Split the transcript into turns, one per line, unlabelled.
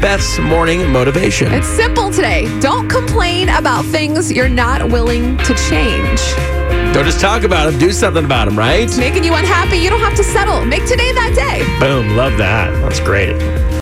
Beth's morning motivation.
It's simple today. Don't complain about things you're not willing to change.
Don't just talk about them, do something about them, right?
Making you unhappy, you don't have to settle. Make today that day.
Boom, love that. That's great.